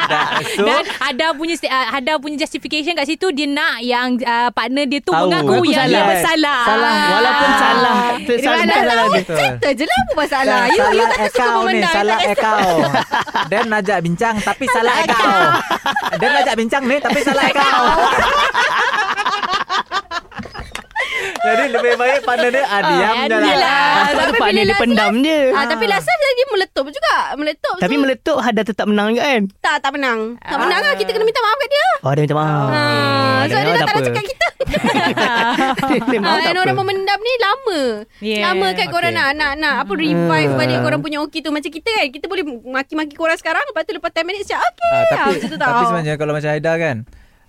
Speaker 3: Dah, so,
Speaker 4: Dan ada punya sta- ah, ada punya justification kat situ dia nak yang uh, partner dia tu
Speaker 3: Tahu.
Speaker 4: mengaku
Speaker 3: Mengaku
Speaker 4: yang
Speaker 3: salah.
Speaker 4: dia bersalah.
Speaker 5: Salah
Speaker 3: Ah,
Speaker 5: walaupun salah. Salah
Speaker 2: Mana
Speaker 5: bukan salah
Speaker 2: tahu
Speaker 5: Ah. dia.
Speaker 3: betul.
Speaker 2: settle je lah apa masalah. You, you
Speaker 3: salah
Speaker 2: kata suka
Speaker 3: ekau ni
Speaker 2: memendam.
Speaker 3: Salah ekau Dan ajak bincang Tapi salah ekau Dan ajak bincang ni Tapi salah ekau Jadi lebih baik Pandai dia ah, Diam je lah
Speaker 2: lah.
Speaker 5: Sebab tu partner dia pendam je.
Speaker 2: Ah, tapi last time dia meletup juga. Meletup.
Speaker 5: Tapi
Speaker 2: so,
Speaker 5: meletup Hada tetap menang juga kan
Speaker 2: tak tak menang. Tak menang lah. Kita kena minta maaf kat dia.
Speaker 5: Oh dia minta maaf
Speaker 2: Ha,
Speaker 3: Ah,
Speaker 2: sebab dia dah tak nak cakap kita.
Speaker 5: Dia maaf
Speaker 2: Ha,
Speaker 5: tak
Speaker 2: and orang
Speaker 5: apa
Speaker 2: memendam ni lama.
Speaker 4: Yeah.
Speaker 2: Lama kan korang
Speaker 3: Okay.
Speaker 2: nak, nak, nak apa revive
Speaker 5: Hmm.
Speaker 2: balik korang punya okey tu. Macam kita kan, kita boleh maki-maki korang sekarang. Lepas tu lepas 10 minit siap, okey.
Speaker 3: Ah,
Speaker 2: Ah,
Speaker 3: tapi
Speaker 2: macam tu tak.
Speaker 3: tapi sebenarnya kalau macam Haida kan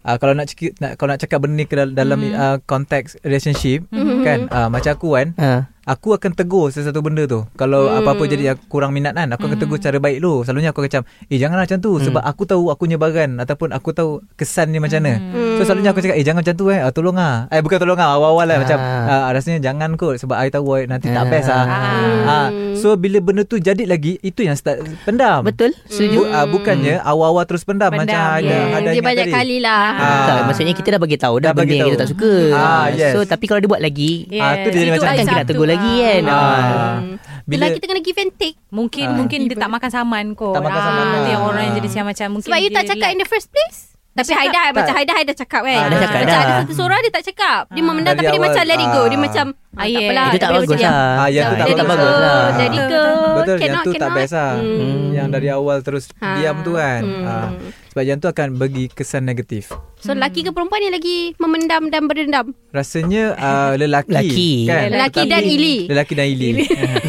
Speaker 3: ah, kalau nak, cek, nak kalau nak cakap benda ni ke dal- dalam
Speaker 2: Hmm.
Speaker 3: ah, konteks relationship kan ah, macam aku kan
Speaker 5: Ha.
Speaker 3: aku akan tegur sesuatu benda tu kalau
Speaker 2: Hmm.
Speaker 3: apa-apa jadi aku kurang minat kan aku akan tegur cara baik dulu selalunya aku akan macam eh janganlah macam tu sebab aku tahu aku punya baran ataupun aku tahu kesan dia macam mana
Speaker 2: Hmm.
Speaker 3: so selalunya aku cakap eh jangan macam tu eh ah, tolong ah eh bukan tolong ah awal-awal lah macam
Speaker 5: Ah.
Speaker 3: ah, rasanya jangan kot sebab I tahu I nanti tak best ah
Speaker 4: Ah.
Speaker 3: Ah, so bila benda tu jadi lagi itu yang start pendam
Speaker 5: Betul
Speaker 3: Bu, uh, bukannya awal-awal terus pendam,
Speaker 4: Pendam,
Speaker 3: macam ada
Speaker 4: yes.
Speaker 3: ada
Speaker 2: Hmm. ya. Dia
Speaker 3: ingat
Speaker 2: banyak
Speaker 3: tadi.
Speaker 2: kali lah.
Speaker 3: Ah.
Speaker 5: Tak, maksudnya kita dah bagi tahu dah
Speaker 3: Dah bagi
Speaker 5: benda yang
Speaker 3: tahu.
Speaker 5: kita tak suka.
Speaker 3: Ah, yes.
Speaker 5: So tapi kalau dia buat lagi,
Speaker 3: Ah, tu dia jadi
Speaker 4: Itu
Speaker 3: macam-
Speaker 4: I
Speaker 5: takkan kita nak
Speaker 4: satu
Speaker 5: tegur
Speaker 4: lah.
Speaker 5: lagi kan.
Speaker 3: Ah.
Speaker 2: Hmm. Bila
Speaker 3: Bila
Speaker 2: kita kena give and take.
Speaker 4: Mungkin
Speaker 3: Ah.
Speaker 4: mungkin dia tak makan saman kot.
Speaker 3: Tak makan saman.
Speaker 4: Ah, tu yang orang yang
Speaker 3: Ah.
Speaker 4: jadi siang macam mungkin
Speaker 2: Sebab you
Speaker 4: dia
Speaker 2: tak cakap in the first place. Tapi
Speaker 4: cakap.
Speaker 2: Haida macam Haida Haida cakap kan.
Speaker 5: Ah, dah cakap
Speaker 2: macam
Speaker 5: dah.
Speaker 2: ada satu seorang dia tak cakap. Dia memendam
Speaker 3: Dari
Speaker 2: tapi dia
Speaker 3: awal,
Speaker 2: macam let it go. Dia
Speaker 3: ah.
Speaker 2: macam ah,
Speaker 4: Ah,
Speaker 2: tak
Speaker 4: yeah.
Speaker 2: apalah.
Speaker 5: Itu tak
Speaker 2: Dia
Speaker 5: bagus
Speaker 2: macam,
Speaker 5: lah.
Speaker 3: Ah, yang tu
Speaker 5: Ah,
Speaker 3: tak
Speaker 5: itu
Speaker 2: Let it
Speaker 5: tak
Speaker 2: go.
Speaker 5: bagus lah.
Speaker 2: Let it go.
Speaker 3: betul yang
Speaker 2: Cannot,
Speaker 3: tu tak
Speaker 2: cannot.
Speaker 3: best lah.
Speaker 2: Hmm.
Speaker 3: Yang dari awal terus
Speaker 2: Ah.
Speaker 3: diam tu kan.
Speaker 2: Hmm.
Speaker 3: Ah, sebab yang tu akan bagi kesan negatif.
Speaker 2: So lelaki ke perempuan ni lagi memendam dan berdendam?
Speaker 3: Rasanya ah, lelaki,
Speaker 5: Laki.
Speaker 3: kan.
Speaker 2: Lelaki
Speaker 3: Tetapi-
Speaker 2: dan ili.
Speaker 3: Lelaki dan ili. Eh,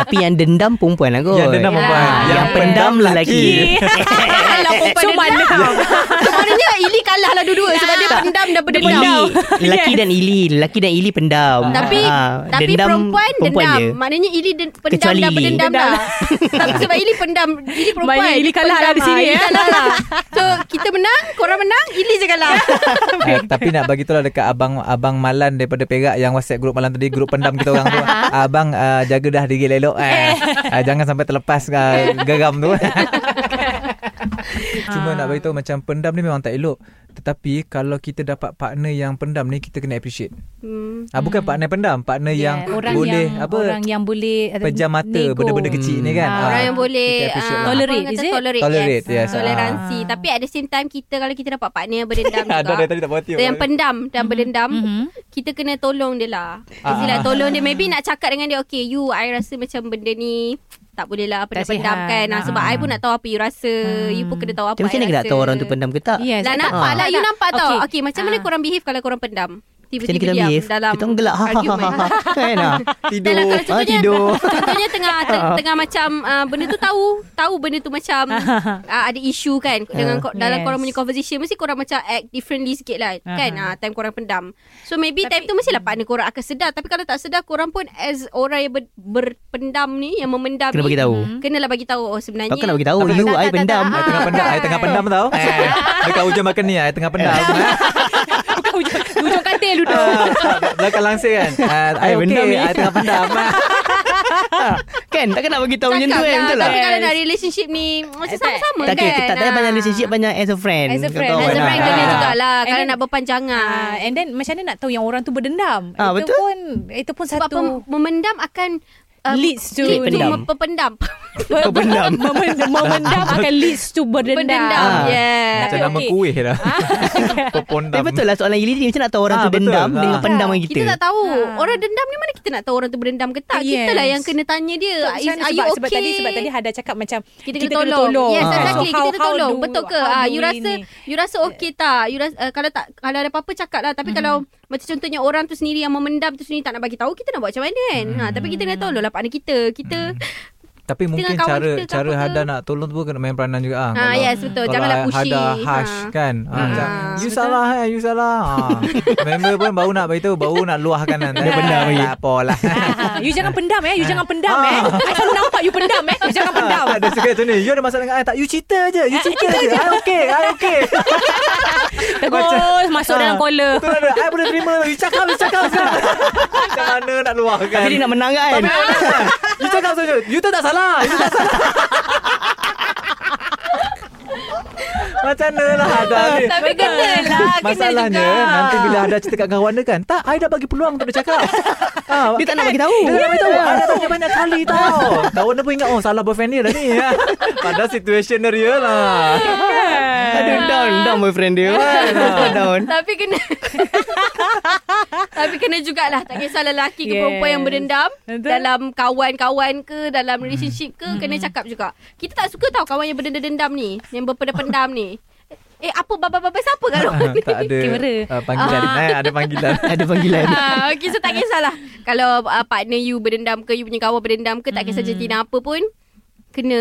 Speaker 5: Tapi yang dendam perempuan lah kot.
Speaker 3: Yang dendam perempuan.
Speaker 5: Ah,
Speaker 2: Yang
Speaker 5: Yang pendam lelaki.
Speaker 2: Alah perempuan
Speaker 4: So mana
Speaker 2: So maknanya Ili kalah lah dua-dua Sebab dia pendam dan berdendam
Speaker 5: Ili, lelaki dan ili, lelaki dan ili pendam.
Speaker 2: Tapi
Speaker 5: Ah,
Speaker 2: Tapi perempuan, dendam
Speaker 5: je.
Speaker 2: Maknanya Ili den, pendam
Speaker 5: Kecuali.
Speaker 2: dan berdendam
Speaker 4: Dendam.
Speaker 2: lah Tapi sebab Ili pendam Ili perempuan
Speaker 4: Maknanya Ili kalah
Speaker 2: pendam
Speaker 4: lah di sini,
Speaker 2: Ili
Speaker 4: eh.
Speaker 2: kalah lah So kita menang Korang menang Ili je kalah
Speaker 3: Ah, tapi nak bagi tahu lah dekat abang abang Malan daripada Perak yang WhatsApp grup malam tadi grup pendam kita orang tu. abang ah, jaga dah diri elok eh. Ah, jangan sampai terlepas ah, geram tu. Cuma nak bagi tahu macam pendam ni memang tak elok. Tetapi kalau kita dapat partner yang pendam ni kita kena appreciate.
Speaker 2: hmm.
Speaker 3: Ah bukan partner pendam, partner yang
Speaker 4: Ya, orang
Speaker 3: boleh
Speaker 4: yang,
Speaker 3: apa
Speaker 4: orang yang boleh eh,
Speaker 3: pejam mata
Speaker 4: nego.
Speaker 3: benda-benda kecil ni kan.
Speaker 4: Ah,
Speaker 3: Ah,
Speaker 2: Orang yang boleh
Speaker 3: kita appreciate
Speaker 2: ah,
Speaker 3: lah.
Speaker 2: apa
Speaker 4: Tolerate.
Speaker 2: orang
Speaker 4: is
Speaker 2: kata
Speaker 4: it?
Speaker 2: Tolerate,
Speaker 3: Tolerate, yes. Ah.
Speaker 2: Toleransi Tapi at the same time Kita kalau kita dapat partner Berdendam juga
Speaker 3: Ada dari tadi Ah, tak berhati.
Speaker 2: So, yang pendam dan berdendam
Speaker 4: Mhm.
Speaker 2: kita kena tolong dia lah. Mesti lah tolong dia. Maybe nak cakap dengan dia, okay, you, I rasa macam benda ni tak boleh lah pendam-pendam
Speaker 4: sihat.
Speaker 2: kan. Ah, sebab
Speaker 4: Ah.
Speaker 2: I pun nak tahu apa you rasa. You pun kena tahu apa
Speaker 5: Tapi macam
Speaker 2: I
Speaker 5: mana
Speaker 2: rasa.
Speaker 5: kita nak tahu orang tu pendam ke tak?
Speaker 4: Yes.
Speaker 2: Lah
Speaker 4: I tak-
Speaker 2: nampak
Speaker 4: Ah.
Speaker 2: lah. You
Speaker 4: Tak-
Speaker 2: nampak tau.
Speaker 4: okay.
Speaker 2: Okay, macam mana
Speaker 4: Ah.
Speaker 2: korang behave kalau korang pendam?
Speaker 5: Macam mana
Speaker 2: Tiba-tiba
Speaker 5: kita
Speaker 2: diam
Speaker 5: behave?
Speaker 2: dalam
Speaker 5: Kita orang gelak. Ha, ha, ha,
Speaker 2: argument.
Speaker 5: ha. Kan, ah.
Speaker 2: Dah lah, kalau
Speaker 5: Ah,
Speaker 2: contohnya,
Speaker 5: tidur.
Speaker 2: contohnya tengah te- tengah macam uh, benda tu tahu tahu benda tu macam uh, ada isu kan dengan ko- dalam
Speaker 4: Yes.
Speaker 2: korang punya conversation mesti korang macam act differently sikit lah kan uh, time korang pendam so maybe time tu mestilah partner korang akan sedar tapi kalau tak sedar korang pun as orang yang ber- berpendam ni yang memendam ni,
Speaker 5: Kena bagi tahu.
Speaker 2: kenalah bagi tahu oh sebenarnya
Speaker 5: Takkan nak bagi tahu,
Speaker 2: Tak,
Speaker 5: you,
Speaker 2: tak,
Speaker 5: I
Speaker 2: tak, tak,
Speaker 5: pendam.
Speaker 2: tak.
Speaker 3: I tengah pendam, I tengah pendam tau. Eh, Dekat hujung makan ni, I tengah pendam. Eh.
Speaker 4: Bukan hujung, hujung katil duduk.
Speaker 3: Ah, Belakang langsir kan. Ah, I
Speaker 5: Eh, pendam ni.
Speaker 3: okay, I tengah pendam.
Speaker 5: Kan, takkan nak bagi tahu macam tu
Speaker 2: Cakap
Speaker 5: kan?
Speaker 2: lah,
Speaker 5: Betul lah.
Speaker 2: tapi kalau nak relationship ni macam sama-sama
Speaker 5: Tak
Speaker 2: kan
Speaker 5: kira, tak payah
Speaker 2: Ah.
Speaker 5: banyak relationship, banyak as a friend.
Speaker 4: As a
Speaker 5: Kau
Speaker 4: friend.
Speaker 5: tahu
Speaker 2: As a
Speaker 5: kan,
Speaker 2: friend
Speaker 5: ah.
Speaker 2: kena
Speaker 4: Ah.
Speaker 2: jugalah Kalau
Speaker 4: And then-
Speaker 2: nak berpanjangan
Speaker 4: Ah, and then macam mana nak tahu yang orang tu berdendam?
Speaker 5: Ah,
Speaker 4: itu
Speaker 5: betul.
Speaker 4: pun itu pun
Speaker 2: Sebab
Speaker 4: satu
Speaker 2: pem- memendam akan uh,
Speaker 4: Leads to-
Speaker 2: lead
Speaker 5: Pendam.
Speaker 2: to mempendam
Speaker 4: Oh,
Speaker 5: Kau pendam.
Speaker 4: memendam, memendam akan leads to berdendam. ya.
Speaker 2: Pendendam
Speaker 5: Ah.
Speaker 2: Yeah
Speaker 3: Macam
Speaker 4: Tapi
Speaker 3: nama
Speaker 4: okey.
Speaker 3: kuih dah. Pepondam.
Speaker 5: Tapi betul lah soalan Ili ni macam nak tahu orang
Speaker 3: Ah,
Speaker 5: tu dendam
Speaker 3: betul.
Speaker 5: dengan
Speaker 3: Ah.
Speaker 5: pendam dengan
Speaker 2: kita
Speaker 5: kita.
Speaker 2: tak tahu
Speaker 4: Ha.
Speaker 2: Orang dendam ni mana kita nak tahu Orang tu berendam ke tak
Speaker 4: Yes.
Speaker 2: Kita lah yang kena tanya dia
Speaker 4: Macam
Speaker 2: Is,
Speaker 4: mana
Speaker 2: Are you
Speaker 4: sebab,
Speaker 2: okay
Speaker 4: sebab tadi sebab tadi Hada cakap macam
Speaker 2: kita, kita kena tolong. Yes,
Speaker 4: Ah.
Speaker 2: exactly.
Speaker 4: So, how-
Speaker 2: kita kena
Speaker 4: how
Speaker 2: tolong.
Speaker 4: do-
Speaker 2: Betul ke?
Speaker 4: how
Speaker 2: Ah,
Speaker 4: do
Speaker 2: you
Speaker 4: we
Speaker 2: rasa
Speaker 4: ni?
Speaker 2: you rasa okey tak? You rasa uh, kalau tak kalau ada apa-apa cakap lah.
Speaker 4: Hmm.
Speaker 2: Tapi kalau macam contohnya orang tu sendiri yang memendam tu sendiri tak nak bagi tahu, kita nak buat macam mana
Speaker 4: Hmm.
Speaker 2: kan? Ha, tapi kita kena tolong lah partner kita. Kita
Speaker 3: Tapi
Speaker 2: kawan
Speaker 3: mungkin cara
Speaker 2: kita ke
Speaker 3: cara
Speaker 2: apa ke.
Speaker 3: Hada nak tolong tu pun kena main peranan juga. Ah,
Speaker 2: Ah, yes, betul.
Speaker 3: kalau
Speaker 2: Janganlah pushy.
Speaker 3: Hada harsh
Speaker 2: Ah.
Speaker 3: kan. Ah,
Speaker 5: Hmm.
Speaker 3: macam,
Speaker 2: Ah.
Speaker 3: you salah eh, you salah. Ah. Member pun baru nak beritahu, baru nak luahkan. Dia
Speaker 5: pendam lagi.
Speaker 3: Tak apalah.
Speaker 4: Ah, you jangan pendam eh. You jangan pendam eh. I pun nampak you pendam eh. You jangan pendam.
Speaker 3: Ah, Dia suka macam ni. You ada masalah dengan I tak? You cerita je. You cerita je. I okay. I okay. Ha.
Speaker 4: Terus masuk dalam kola.
Speaker 3: Betul ada. I boleh terima. You cakap. You cakap sekarang. Macam mana nak luahkan?
Speaker 5: Tapi dia nak menang kan?
Speaker 3: you cakap saja. You tu tak salah. You tak salah. Macam mana lah Ada ni
Speaker 2: tapi kena lah.
Speaker 3: Masalahnya
Speaker 4: eh,
Speaker 3: Nanti bila ada cerita kat kawan dia kan Tak, I dah bagi peluang untuk dia cakap ha,
Speaker 5: Dia tak nak bagi tahu.
Speaker 3: Dia tak bagi tahu I dah tanya banyak kali tau Kawan Ya, dia pun ingat Oh salah boyfriend dia dah ni Padahal situation dia real lah
Speaker 5: Aduh down Down boyfriend dia Down
Speaker 2: Tapi kena Tapi kena jugalah Tak kisah lelaki ke
Speaker 4: Yes.
Speaker 2: perempuan yang berendam
Speaker 4: Betul.
Speaker 2: Dalam kawan-kawan ke Dalam relationship ke Kena cakap juga Kita tak suka tau Kawan yang berdendam ni Yang berpendam ni Eh apa babai-babai siapa kalau ni
Speaker 3: Ah, tak ada
Speaker 4: Kamera.
Speaker 3: uh, panggilan. eh, ada panggilan.
Speaker 5: Ada panggilan
Speaker 2: Ah, okay, so tak kisahlah. Kalau uh, partner you berdendam ke, you punya kawan berdendam ke, tak
Speaker 4: Mm.
Speaker 2: kisah jantina apa pun, kena,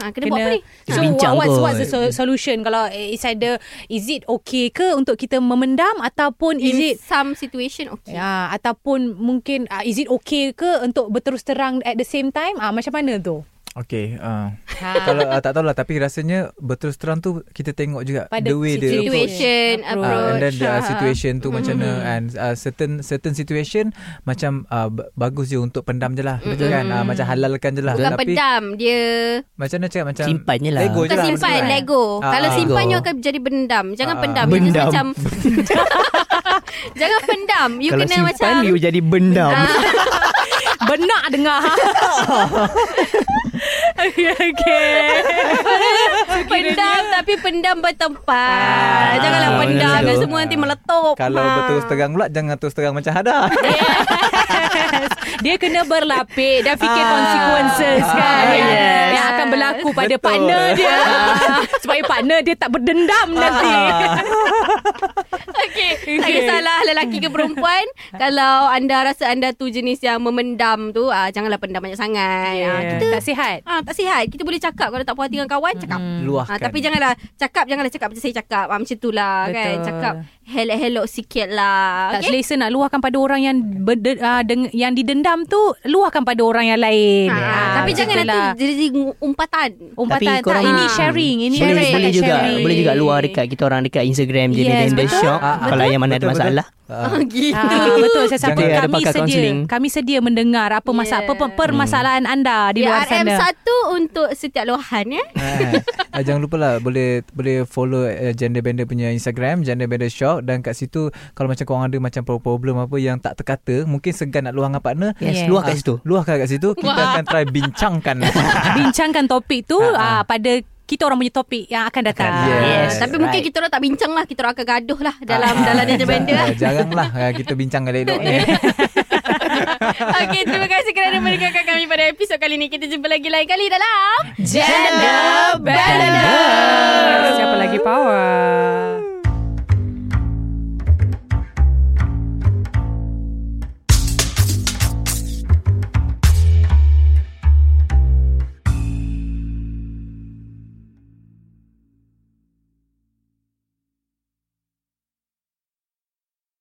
Speaker 2: ah, kena, kena buat apa ni?
Speaker 4: So
Speaker 5: Bincang
Speaker 4: what, what's,
Speaker 5: kot.
Speaker 4: what's the so- solution Kalau eh, it's either Is it okay ke Untuk kita memendam Ataupun is
Speaker 2: In
Speaker 4: it
Speaker 2: some situation, okay.
Speaker 4: Ya, ataupun mungkin uh, is it okay ke untuk berterus terang at the same time? Ah macam mana tu?
Speaker 3: Okay. Uh,
Speaker 4: Ha.
Speaker 3: kalau uh, tak tahulah tapi rasanya berterus terang tu kita tengok juga
Speaker 4: Pada
Speaker 3: the way dia approach.
Speaker 2: Situation, Ah,
Speaker 4: Approach.
Speaker 3: Uh, and
Speaker 2: approach.
Speaker 3: then the uh, situation tu macam mana and uh, certain certain situation macam uh, ba- bagus je untuk pendam je lah betul kan uh, macam halalkan je lah
Speaker 2: Bukan
Speaker 3: tapi
Speaker 2: pedam, dia
Speaker 3: macam mana cakap macam
Speaker 5: Simpan je lah.
Speaker 3: lego je
Speaker 2: bukan
Speaker 3: lah
Speaker 2: simpan,
Speaker 3: betul kan?
Speaker 2: let go.
Speaker 3: Ah,
Speaker 2: Kalau
Speaker 3: ah.
Speaker 2: simpan,
Speaker 5: Let go.
Speaker 2: you akan jadi bendam. Jangan
Speaker 3: Ah, ah.
Speaker 2: pendam. You just
Speaker 5: Bendam.
Speaker 2: macam, jangan pendam. You
Speaker 5: Kalau
Speaker 2: kena
Speaker 5: simpan
Speaker 2: macam,
Speaker 5: You jadi bendam
Speaker 4: Benak dengar. okay, okay.
Speaker 2: pendam tapi pendam bertempat.
Speaker 3: Ah,
Speaker 2: Janganlah
Speaker 5: betul,
Speaker 2: pendam.
Speaker 5: betul.
Speaker 2: Yang semua nanti meletup.
Speaker 3: kalau
Speaker 2: Ah.
Speaker 3: berterus terang pula jangan terus terang macam hada
Speaker 4: Yes. Dia kena berlapik dan fikir
Speaker 3: Ah.
Speaker 4: consequences kan.
Speaker 2: Ah,
Speaker 4: yang,
Speaker 2: yes.
Speaker 4: yang akan berlaku pada
Speaker 3: Betul.
Speaker 4: partner dia. Ah, Supaya partner dia tak berdendam nanti.
Speaker 2: Okay. Tak kisahlah lelaki ke perempuan Kalau anda rasa anda tu jenis yang memendam tu ah, Janganlah pendam banyak sangat ah,
Speaker 4: Yeah.
Speaker 2: Kita
Speaker 4: Ya, Tak sihat.
Speaker 2: ah, tak sihat Kita boleh cakap Kalau tak puas hati dengan kawan Cakap Ah,
Speaker 3: luahkan
Speaker 2: tapi janganlah cakap janganlah cakap macam saya cakap ah, macam tu lah kan
Speaker 4: Betul.
Speaker 2: cakap hello-hello sikit lah
Speaker 4: Tak
Speaker 2: okay?
Speaker 4: selesa nak luahkan pada orang yang berde, uh, deng, yang didendam tu luahkan pada orang yang lain.
Speaker 2: Ah,
Speaker 4: Ah,
Speaker 2: tapi
Speaker 4: macam
Speaker 2: jangan
Speaker 4: tu lah.
Speaker 2: nanti jadi umpatan
Speaker 4: Umpatan
Speaker 5: Tapi
Speaker 4: tak
Speaker 5: korang-
Speaker 4: ini
Speaker 2: Ah.
Speaker 4: sharing ini
Speaker 5: boleh,
Speaker 4: sharing,
Speaker 5: boleh juga
Speaker 4: sharing.
Speaker 5: Boleh juga luar dekat Kita orang dekat Instagram je
Speaker 4: Yes,
Speaker 5: yes, Dan
Speaker 4: betul.
Speaker 5: shock
Speaker 3: Ah, ah.
Speaker 5: Kalau yang mana ada
Speaker 3: Betul, betul.
Speaker 5: masalah
Speaker 3: Ah.
Speaker 2: gitu
Speaker 4: Ah, betul saya satu
Speaker 3: Jangan
Speaker 5: ada
Speaker 4: kami
Speaker 5: pakar
Speaker 4: sedia
Speaker 5: counselling. Hmm.
Speaker 4: kami sedia mendengar apa masa
Speaker 2: Yeah.
Speaker 4: apa pe- permasalahan anda di luar
Speaker 2: DRM
Speaker 4: sana.
Speaker 2: Ya, satu untuk setiap lohan ya
Speaker 3: Ah, ah, jangan lupa lah boleh boleh follow uh, gender bender punya Instagram gender bender shock dan kat situ kalau macam korang ada macam problem apa yang tak terkata mungkin segan nak luang dengan partner
Speaker 5: Yes,
Speaker 4: Yeah.
Speaker 5: luar kat situ
Speaker 3: luahkan kat situ kita akan try bincangkan
Speaker 4: Bincangkan topik tu ah,
Speaker 3: Ah,
Speaker 4: pada kita orang punya topik yang akan datang.
Speaker 3: Yes.
Speaker 5: Yes.
Speaker 2: Ah, tapi mungkin
Speaker 5: right.
Speaker 2: kita orang tak bincang lah kita orang akan gaduh lah dalam
Speaker 3: Ah,
Speaker 2: dalam
Speaker 3: ja-
Speaker 2: dalam benda
Speaker 3: ah, janganlah ah, kita bincangkan elok ni
Speaker 2: Okey, terima kasih kerana mendengarkan kami pada episod kali ni. Kita jumpa lagi lain kali dalam
Speaker 4: Gender balance. Siapa lagi power?